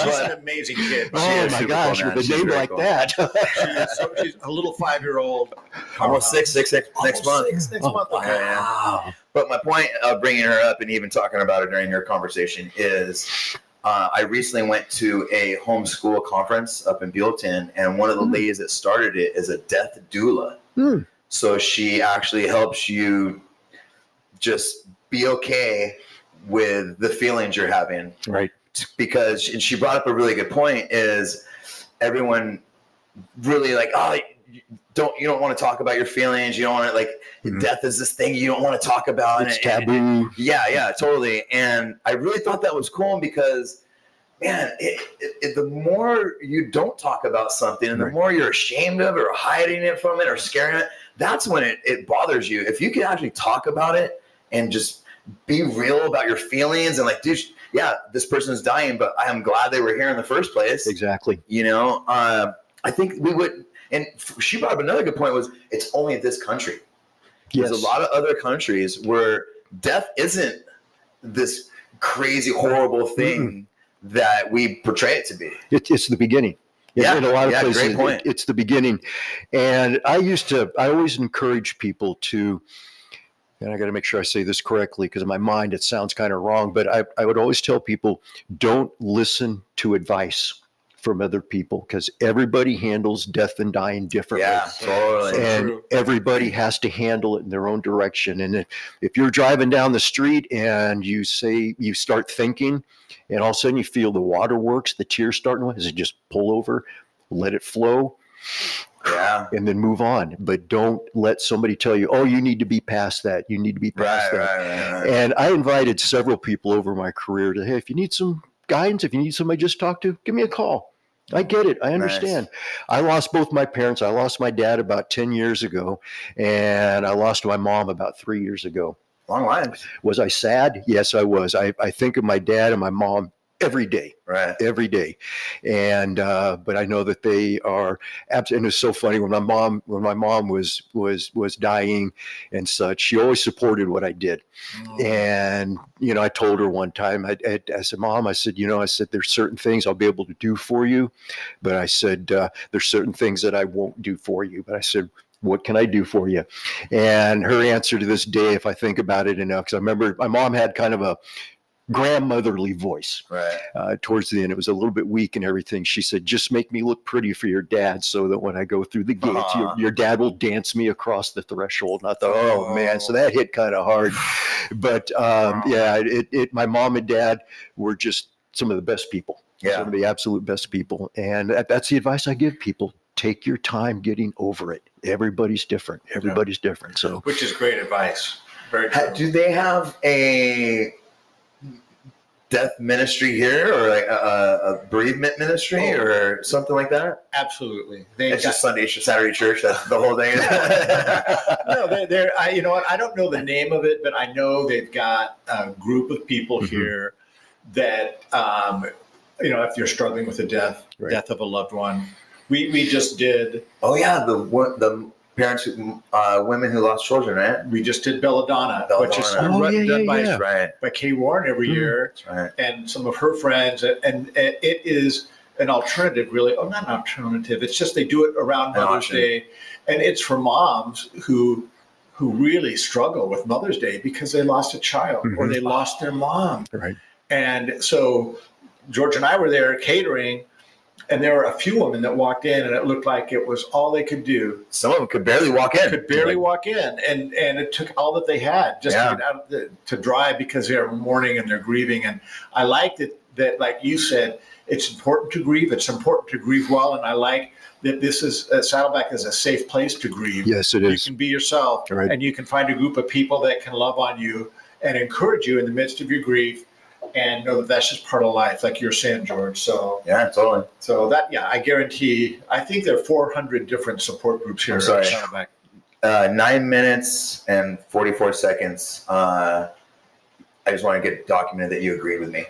She's an amazing kid. She Oh is super my cool, gosh, man. with She's a name very like cool. that. She is so- she's a little five-year-old. Almost six, six, six Almost next month. six next Oh, month. Oh, wow. Okay. wow. But my point of bringing her up and even talking about it during your conversation is uh, I recently went to a homeschool conference up in Buellton, and one of the Hmm. ladies that started it is a death doula. Hmm. So she actually helps you just be okay with the feelings you're having Right. because and she brought up a really good point is everyone really like oh you don't you don't want to talk about your feelings you don't want to like Mhm. death is this thing you don't want to talk about It's and- taboo. yeah, yeah, totally. And I really thought that was cool because, man, it, it, it, the more you don't talk about something and the Right. more you're ashamed of or hiding it from it or scaring it, that's when it, it bothers you. If you can actually talk about it and just be real about your feelings and like, dude, sh- yeah, this person's dying, but I am glad they were here in the first place Exactly. you know uh, i think we would and f- she brought up another good point was it's only this country there's Yes. a lot of other countries where death isn't this crazy horrible thing that we portray it to be It, it's the beginning. In- Yeah, in a lot of yeah, great places, it- point. it's the beginning. And I used to, I always encourage people to, and I got to make sure I say this correctly because in my mind it sounds kind of wrong, but I, I would always tell people don't listen to advice from other people because everybody handles death and dying differently yeah totally So and true. everybody has to handle it in their own direction. And if, if you're driving down the street and you say you start thinking, and all of a sudden you feel the waterworks, the tears starting, is it just pull over, let it flow, yeah and then move on. But don't let somebody tell you, oh, you need to be past that. You need to be past right right that. right, right. And I invited several people over my career to, hey, if you need some guidance, if you need somebody just to talk to, give me a call. I get it. I understand. I lost both my parents. I lost my dad about 10 years ago, and I lost my mom about three years ago. Long lives. Was I sad? Yes, I was. I, I think of my dad and my mom every day Right. every day and uh but i know that they are abs- and it's so funny when my mom when my mom was was was dying and such she always supported what i did and you know i told her one time i, I, I said mom i said you know i said there's certain things i'll be able to do for you but i said uh, there's certain things that i won't do for you but i said what can I do for you? And her answer to this day, if I think about it enough, because I remember my mom had kind of a grandmotherly voice Right. uh, towards the end. It was a little bit weak and everything. She said, "Just make me look pretty for your dad, so that when I go through the gate, Aw. your, your dad will dance me across the threshold." And I thought, "Oh, man!" So that hit kind of hard. But um, Wow. yeah, it, it. My mom and dad were just some of the best people. Yeah. Some of the absolute best people, and that, that's the advice I give people. Take your time getting over it. Everybody's different. Everybody's different. So Which is great advice. Very Ha- true. Do they have a death ministry here, or like a, a, a bereavement ministry, Oh. or something like that? Absolutely. They It's got- just Sunday, it's just Saturday church. That's the whole thing. no, they're, they're I, you know what? I don't know the name of it, but I know they've got a group of people Mhm. here that, um, you know, if you're struggling with a death, Right. death of a loved one, we, we just did, oh yeah, the wo- the parents, who, uh, women who lost children, right? we just did Belladonna, which is Belladonna. Oh, run- yeah, done yeah, by, yeah. Right. by Kay Warren every Mhm. year That's right. and some of her friends. And, and it is an alternative, really. Oh, not an alternative. It's just they do it around An Mother's option. Day. And it's for moms who who really struggle with Mother's Day because they lost a child or Mm-hmm. Mhm. they lost their mom. Right. And so George and I were there catering, and there were a few women that walked in, and it looked like it was all they could do. Some of them could barely walk in. Could barely walk in, and and it took all that they had just to get out the, to dry because they're mourning and they're grieving. And I like that that like you said, it's important to grieve. It's important to grieve well, and I like that this is uh, Saddleback is a safe place to grieve yes, it you is. can be yourself Right. and you can find a group of people that can love on you and encourage you in the midst of your grief and know that that's just part of life like you're saying george so Yeah, totally. so that yeah i guarantee i think there are 400 different support groups here I'm sorry. at Saddleback. uh, nine minutes and 44 seconds. Uh, I just want to get documented that you agreed with me.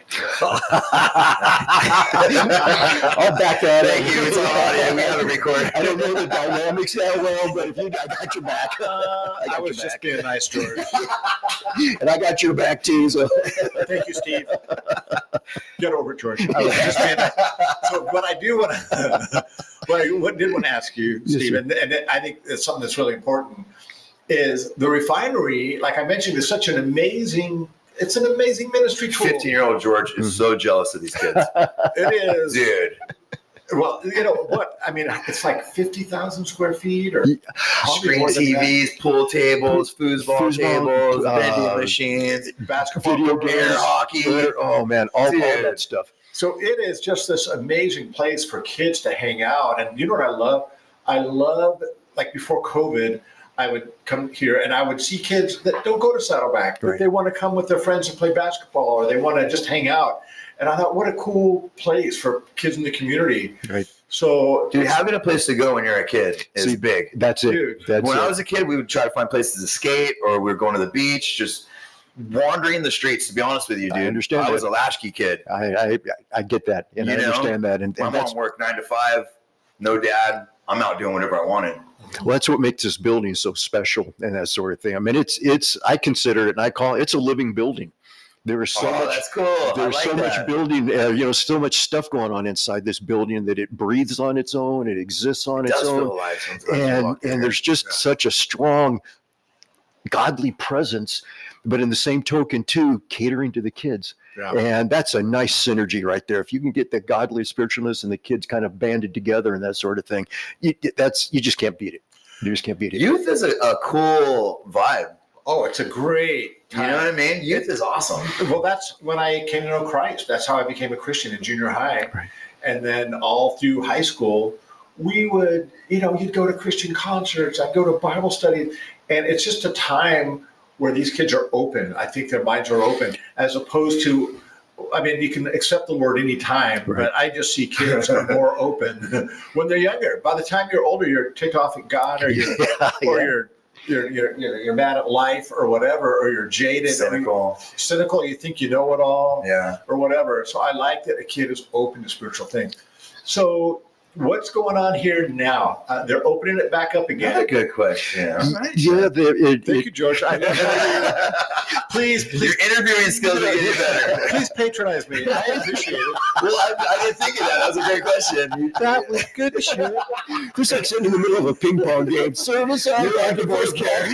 I'll back that up. Thank you. It's on audio. We have it recorded. I don't know the dynamics that well, but if you, I got your back, Uh, I got i was your just back. being nice george and I got your back too. So thank you steve get over it george i was just being nice. so what i do want to what i what did want to ask you Yes, steve sir. and, and i think it's something that's really important is the refinery, like I mentioned, is such an amazing, it's an amazing ministry tool. 15 year old George is so jealous of these kids. It is. Dude, Well, you know what? I mean, it's like 50,000 square feet or Yeah. probably screen more than TVs, pool tables, foosball, Foosball, tables, uh, vending machines, that. basketball. video court. air games, hockey. Twitter, oh man, all, all that Dude. stuff. So it is just this amazing place for kids to hang out. And you know what I love? I love, like before COVID, I would come here and I would see kids that don't go to Saddleback, but Right. they want to come with their friends and play basketball or they want to just hang out. And I thought, what a cool place for kids in the community. Right. So, Dude, having a place to go when you're a kid is See, big. That's it. dude, That's when it. I was a kid, we would try to find places to skate, or we were going to the beach, just wandering the streets. To be honest with you, I dude, understand I that. was a Lashkey kid. I, I I get that, and You I know, understand that, and, My and that's mom worked nine to five, no dad. I'm out doing whatever I wanted. well, that's what makes this building so special, and that sort of thing. I mean, it's it's I consider it, and I call it, it's a living building. There is so oh, much that's cool. I there's like so that. much building, uh, you know, so much stuff going on inside this building that it breathes on its own, it exists on It its does own. feel alive sometimes when you and walk in. and there's just Yeah. such a strong godly presence but in the same token too catering to the kids yeah. and that's a nice synergy right there if you can get the godly spiritualness and the kids kind of banded together and that sort of thing you, that's you just can't beat it you just can't beat it youth is a, a cool vibe. oh, it's a great You time. know what I mean? Youth is awesome. Well, that's when I came to know Christ. That's how I became a Christian in junior high. Right. And then all through high school, we would, you know, you'd go to Christian concerts, I'd go to Bible studies. And it's just a time where these kids are open. I think their minds are open as opposed to I mean, you can accept the Lord anytime, Right. but I just see kids are more open when they're younger. By the time you're older, you're ticked off at God or you're, or yeah. you're, you're, you're, you're, you're mad at life or whatever, or you're jaded, cynical, cynical. cynical you think you know it all Yeah. or whatever. So I like that a kid is open to spiritual things. So what's going on here now? Uh, they're opening it back up Another again. good question. Yeah, the, it, Thank it, you, George. I, please, Your please, interviewing skills are getting better. please patronize me. I appreciate it. well, I, I didn't think of that. That was a great question. You- that was good shit. This like sitting in the middle of a ping pong game. Service out. You're on divorce care.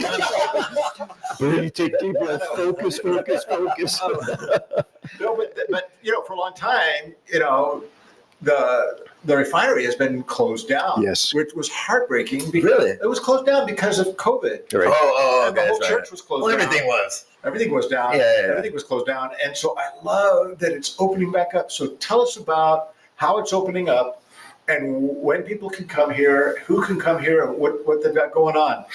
Brady, take deep breath. Focus, focus, focus. No, but but you know, for a long time, you know, the the refinery has been closed down. Yes. which was heartbreaking. Because Really? It was closed down because of COVID. Oh, Right. oh, And the okay. whole that's church right. was closed Well, down. everything was. Everything was down. Yeah, yeah, yeah. Everything was closed down. And so I love that it's opening back up. So tell us about how it's opening up and when people can come here, who can come here, and what, what they've got going on.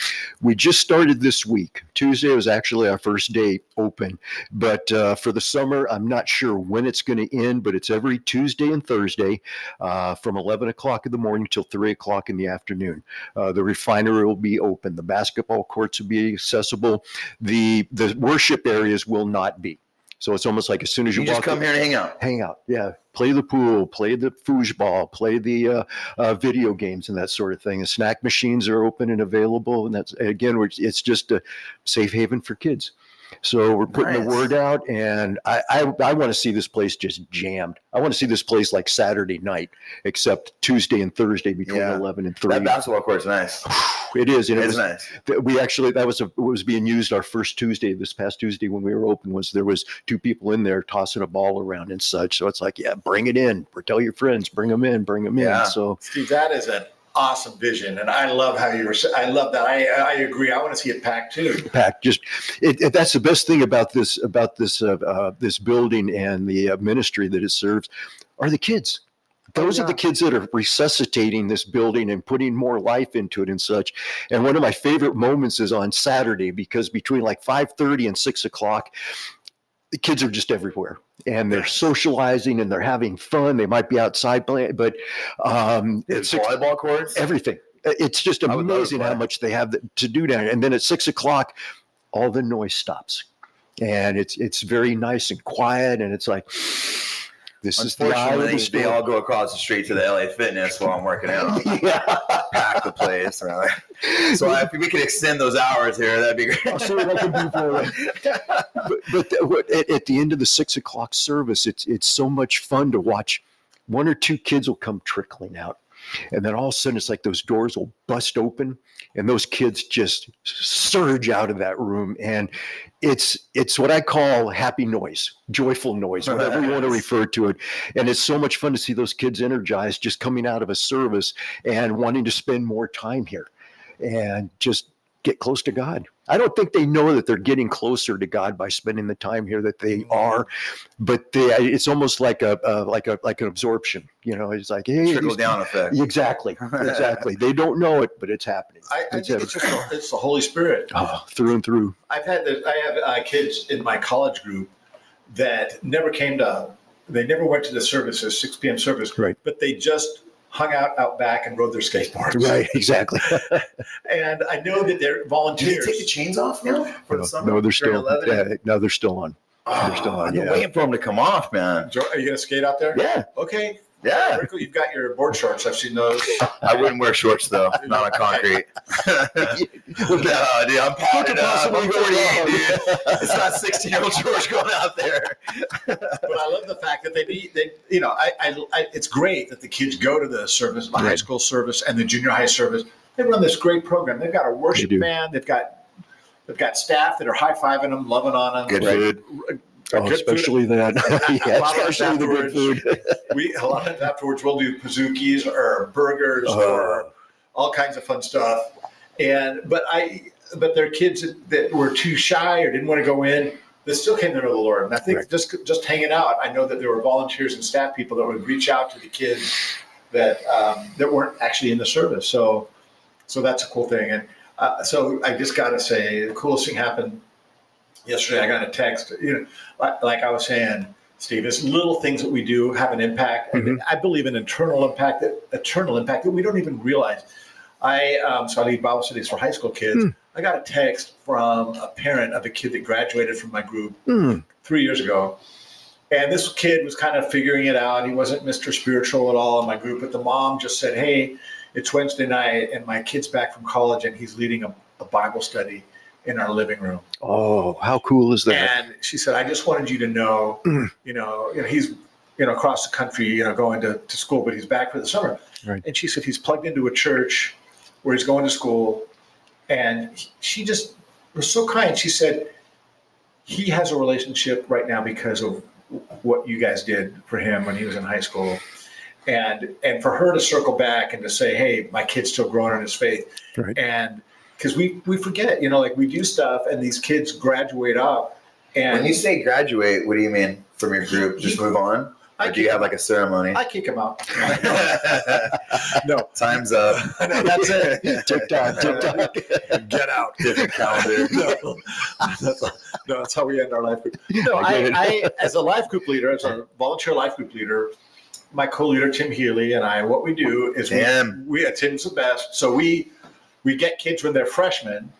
We just started this week. Tuesday was actually our first day open, but uh, for the summer, I'm not sure when it's going to end, but it's every Tuesday and Thursday uh, from 11 o'clock in the morning till 3 o'clock in the afternoon. Uh, the refinery will be open. The basketball courts will be accessible. The the worship areas will not be. So it's almost like as soon as you, You walk just come in- here and hang out. hang out. Yeah, play the pool, play the foosball, play the uh, uh, video games and that sort of thing. The snack machines are open and available, and that's again, we're, it's just a safe haven for kids. So we're putting the Nice. word out, and I I, I want to see this place just jammed. I want to see this place like Saturday night, except Tuesday and Thursday between Yeah. eleven and three. That basketball court's nice. it is, and it It's was nice. that we actually that was a, what was being used our first Tuesday this past Tuesday when we were open was there was two people in there tossing a ball around and such. So it's like, yeah, bring it in. Or tell your friends, bring them in, bring them Yeah. in. So Steve, that is an awesome vision. And I love how you were, I love that. I, I agree. I want to see it packed too. pack just it, it- that's the best thing about this about this uh, uh, this building and the uh, ministry that it serves are the kids. Those are the kids that are resuscitating this building and putting more life into it and such. And one of my favorite moments is on Saturday because between like five thirty and six o'clock, the kids are just everywhere and they're socializing and they're having fun. They might be outside playing, but um, at It's six- volleyball courts. everything. Uh, It's just I would love to amazing how play. much they have th- to do down here. And then at six o'clock, all the noise stops, and it's it's very nice and quiet. And it's like this is the eye of Unfortunately, the they storm. all go across the street to the LA Fitness while I'm working out. yeah. Pack the place. and I'm like- So if we could extend those hours here, that'd be I'll great. see what I can do for you. But, but the- what- at, at the end of the six o'clock service, it's it's so much fun to watch. One or two kids will come trickling out, and then all of a sudden, it's like those doors will bust open, and those kids just surge out of that room, and it's it's what I call happy noise, joyful noise, whatever you want to Yes. refer to it. And it's so much fun to see those kids energized, just coming out of a service and wanting to spend more time here, and just get close to God. I don't think they know that they're getting closer to God by spending the time here that they Mm-hmm. are, but they, it's almost like a, a like a like an absorption. You know, it's like hey, Trickle these- down effect. Exactly, exactly. they don't know it, but it's happening. I, I It's think it's just, the- it's the Holy Spirit. Oh, through and through. I've had the, I have uh, kids in my college group that never came to they never went to the services 6 p.m. service Right. but they just hung out out back and rode their skateboards Right, exactly. and I know that they're volunteers chains off now for No, no, they're still Yeah. yeah, no, they're still on. They're still on. Oh, I've been Yeah. waiting for them to come off, man. Jo- are you gonna skate out there Yeah, okay yeah. very cool. you've got your board shorts I've seen those I wouldn't wear shorts though, not on concrete. no, dude, I'm Uh, padded up. I'm 48, Oh, dude. It's not 16 year old George going out there. but I love the fact that they need they you know I, I, I it's great that the kids go to the service the high Right. school service and the junior high service they run this great program they've got a worship do. band they've got they've got staff that are high fiving them loving on them Good food. Oh, Good food. especially that. A yeah, lot of especially the good afterwards. food. we a lot of afterwards we'll do pizookies or burgers or all kinds of fun stuff and but I but there are kids that were too shy or didn't want to go in that still came to know the Lord and I think Right. just just hanging out I know that there were volunteers and staff people that would reach out to the kids that um, that weren't actually in the service. So so that's a cool thing. And uh, so I just got to say, the coolest thing happened yesterday. I got a text. You know, like, like I was saying, Steve, is little things that we do have an impact. And I believe an internal impact, that eternal impact that we don't even realize. I um, so I lead Bible studies for high school kids. I got a text from a parent of a kid that graduated from my group Hmm. three years ago. And this kid was kind of figuring it out. He wasn't Mr. Spiritual at all in my group, but the mom just said, Hey, it's Wednesday night, and my kid's back from college, and he's leading a, a Bible study in our living room. Oh, how cool is that? And she said, I just wanted you to know, Mm. you know, you know, he's, you know, across the country, you know, going to, to school, but he's back for the summer. Right. And she said, he's plugged into a church where he's going to school. And he- she just was so kind. She said, he has a relationship right now because of what you guys did for him when he was in high school. And, and for her to circle back and to say, hey, my kid's still growing in his faith, Right. and because we we forget, you know, like we do stuff, and these kids graduate up, and When you say graduate, what do you mean from your group? Just move on? I Or do you kick, have like a ceremony? I kick them out. no. Time's up. No, that's it. Tick tock, tick tock. Get out. Different calendar. no, that's, no, that's how we end our life group. No, I I, get I, as a life group leader, as a volunteer life group leader, my co-leader Tim Healy and I, what we do is we, Tim. we uh, Tim's the best. So we we get kids when they're freshmen,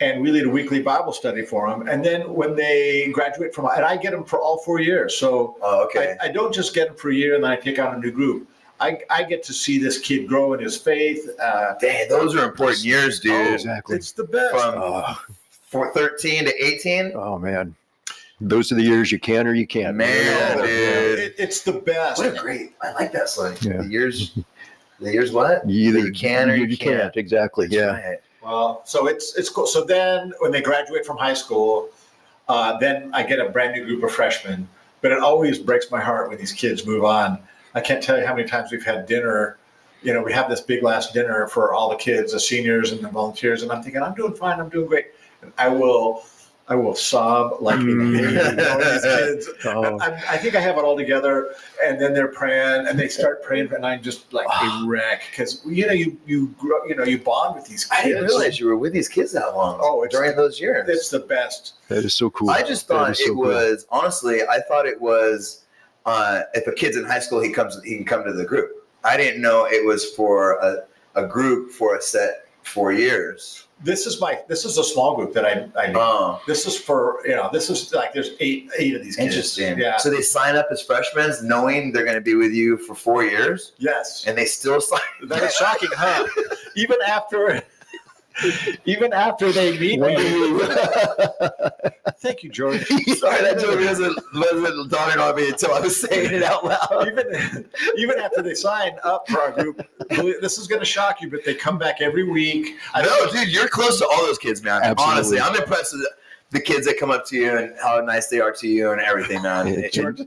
and we lead a weekly Bible study for them. And then when they graduate from, and I get them for all four years. So Oh, okay. I, I don't just get them for a year and then I take on a new group. I, I get to see this kid grow in his faith. Uh, oh, Dang, those are important years, dude. Exactly. it's the best. From Oh, four, 13 to 18? oh, man. Those are the years you can or you can't. Man, No, dude. it, it's the best. What a great, I like that slang. Yeah. The years, the years what? You Either You can or you can't. Exactly. That's Yeah. right. Well, so it's it's cool. So then when they graduate from high school, uh, then I get a brand new group of freshmen. But it always breaks my heart when these kids move on. I can't tell you how many times we've had dinner. You know, we have this big last dinner for all the kids, the seniors and the volunteers, and I'm thinking, I'm doing fine, I'm doing great. And I will, I will sob like a Mm. baby. You know, these kids. Oh, I, I think I have it all together, and then they're praying, and they start praying, and I'm just like a wreck because you know you you grow, you know you bond with these kids. I didn't realize you were with these kids that long. Oh, it's- during those years. It's the best. that is so cool. I just That thought is so it cool. was honestly. I thought it was uh, if a kid's in high school, he comes. He can come to the group. I didn't know it was for a, a group for a set four years. This is my this is a small group that I I know. Oh, This is for you know this is like there's eight eight of these kids. interesting. Yeah. So they sign up as freshmen, knowing they're going to be with you for four years, yes. and they still sign. That is shocking, huh? even after even after they meet When me. do we- Thank you, George. Sorry, that joke wasn't wasn't dawned on me until I was saying it out loud. even even after they sign up for our group, this is going to shock you, but they come back every week. I No, dude, you're close to all those kids, man. Absolutely. Honestly, I'm impressed with the kids that come up to you and how nice they are to you and everything, man. Yeah, It- George,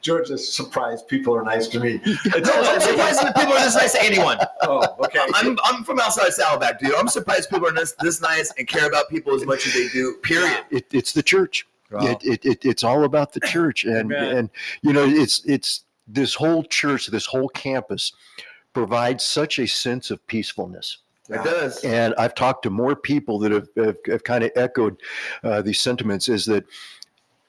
George is surprised people are nice to me. It's No, I'm always- surprised that people are this nice to anyone. oh, okay. I'm, I'm from outside Saddleback, dude. I'm surprised people are this, this nice and care about people as much as they do, period. It, it's the church. Well, It, it, it, it's all about the church and Amen. and you know it's it's this whole church this whole campus provides such a sense of peacefulness It does. and i've talked to more people that have, have, have kind of echoed uh, these sentiments is that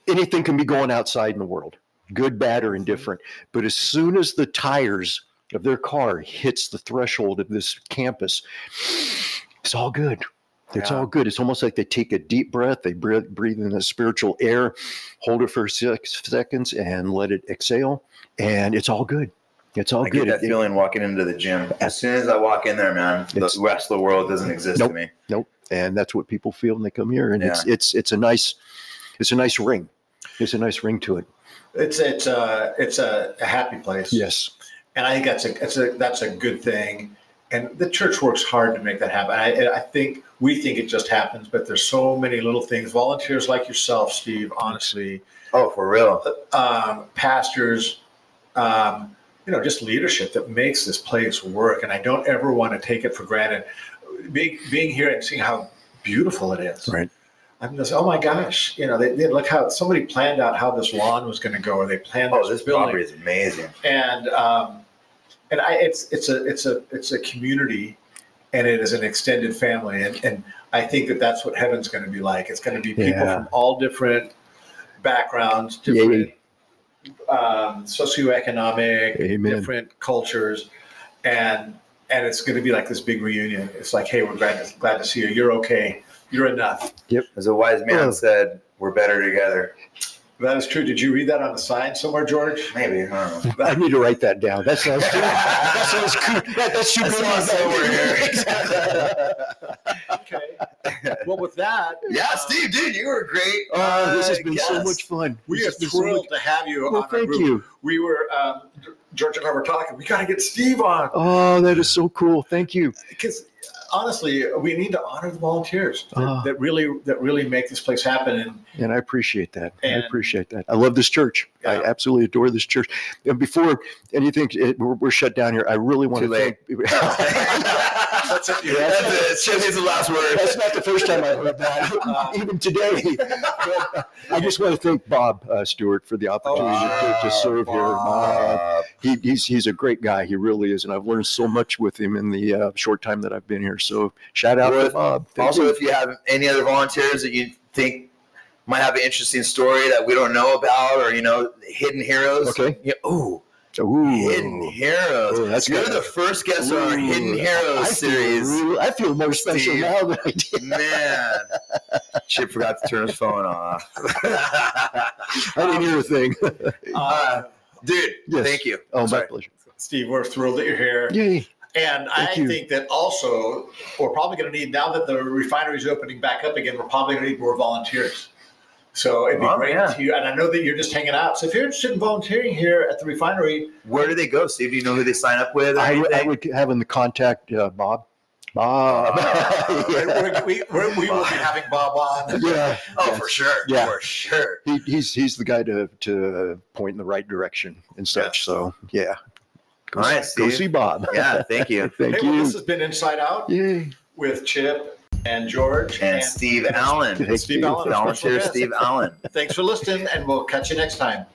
anything can be going outside in the world good bad or indifferent but as soon as the tires of their car hits the threshold of this campus it's all good it's Yeah. all good. It's almost like they take a deep breath, they breathe, breathe in the spiritual air, hold it for six seconds, and let it exhale, and it's all good. It's all I get good. that It- feeling walking into the gym. As soon as I walk in there, man, the It's- rest of the world doesn't exist Nope. to me. and that's what people feel when they come here. And it's it's it's a nice it's a nice ring. It's a nice ring to it. It's it's a it's a, a happy place. Yes. and I think that's a that's a that's a good thing. And the church works hard to make that happen. I, and I think we think it just happens, but there's so many little things. Volunteers like yourself, Steve, honestly, Oh, for real. um, pastors, um, you know, just leadership that makes this place work. And I don't ever want to take it for granted. Being, being here and seeing how beautiful it is. Right. I'm just, oh my gosh, you know, they, they look how somebody planned out how this lawn was going to go, or they planned Oh, this building property is amazing. and um, and I, it's it's a it's a it's a community, and it is an extended family, and and I think that that's what heaven's going to be like. It's going to be people Yeah. from all different backgrounds, different um, socioeconomic, Amen. different cultures, and and it's going to be like this big reunion. It's like, hey, we're glad to, glad to see you. You're okay. You're enough. As a wise man Oh. said, we're better together. That is true. Did you read that on the sign somewhere, George? Maybe. I don't know. I need to write that down. That sounds. that sounds cool. That, that should I be saw it somewhere here. Okay. well, with that, yeah, Steve, dude, you were great. Oh, this has uh, been so guest. much fun. we This are has been so thrilled much- to have you. Well, on our thank group. you. We were um, George and I were talking. We got to get Steve on Oh, that is so cool. Thank you. because honestly, we need to honor the volunteers that, Ah. that really that really make this place happen. And And I appreciate that. And- I appreciate that. I love this church. I Yeah. absolutely adore this church. And before anything, it, we're, we're shut down here. I really want Too to late. thank. That's it. it. Chili's the last word. That's not the first time I've heard Uh, that, even today. But I just want to thank Bob uh, Stewart for the opportunity to, to serve here. Bob. My, he, he's he's a great guy. He really is, and I've learned so much with him in the uh, short time that I've been here. So shout out to Well, Bob. Thank Also, you. if you have any other volunteers that you think might have an interesting story that we don't know about, or you know, hidden heroes. Okay. Yeah, ooh, Ooh. hidden heroes. Ooh, that's You're good. the first guest on our Ooh, hidden heroes I feel series. real- I feel more special Steve. now than I did. Man, Chip forgot to turn his phone off. I didn't hear a thing. Uh-huh. uh, Dude, Yes. thank you. Oh, my Sorry. pleasure. Steve, we're thrilled that you're here. Yay. And I Thank you. think that also we're probably going to need now that the refinery is opening back up again, we're probably going to need more volunteers. So it'd be Oh, great yeah. to you. And I know that you're just hanging out. So if you're interested in volunteering here at the refinery, Where do they go, Steve? Do you know who they sign up with? or I, I anything? would have in the contact uh, Bob. Bob. Bob. yeah. we're, we, we're, we will be having Bob on. Yeah. oh, Yes. for sure. Yeah. For sure. He, he's he's the guy to to point in the right direction and such. So yeah. Go, All right, see- go Steve. see Bob. Yeah, thank you. Thank Hey, well, you. this has been Inside Out Yay. with Chip and George And Steve and Allen. Thank Steve you. Allen. Volunteer Steve Allen. Thanks for listening, and we'll catch you next time.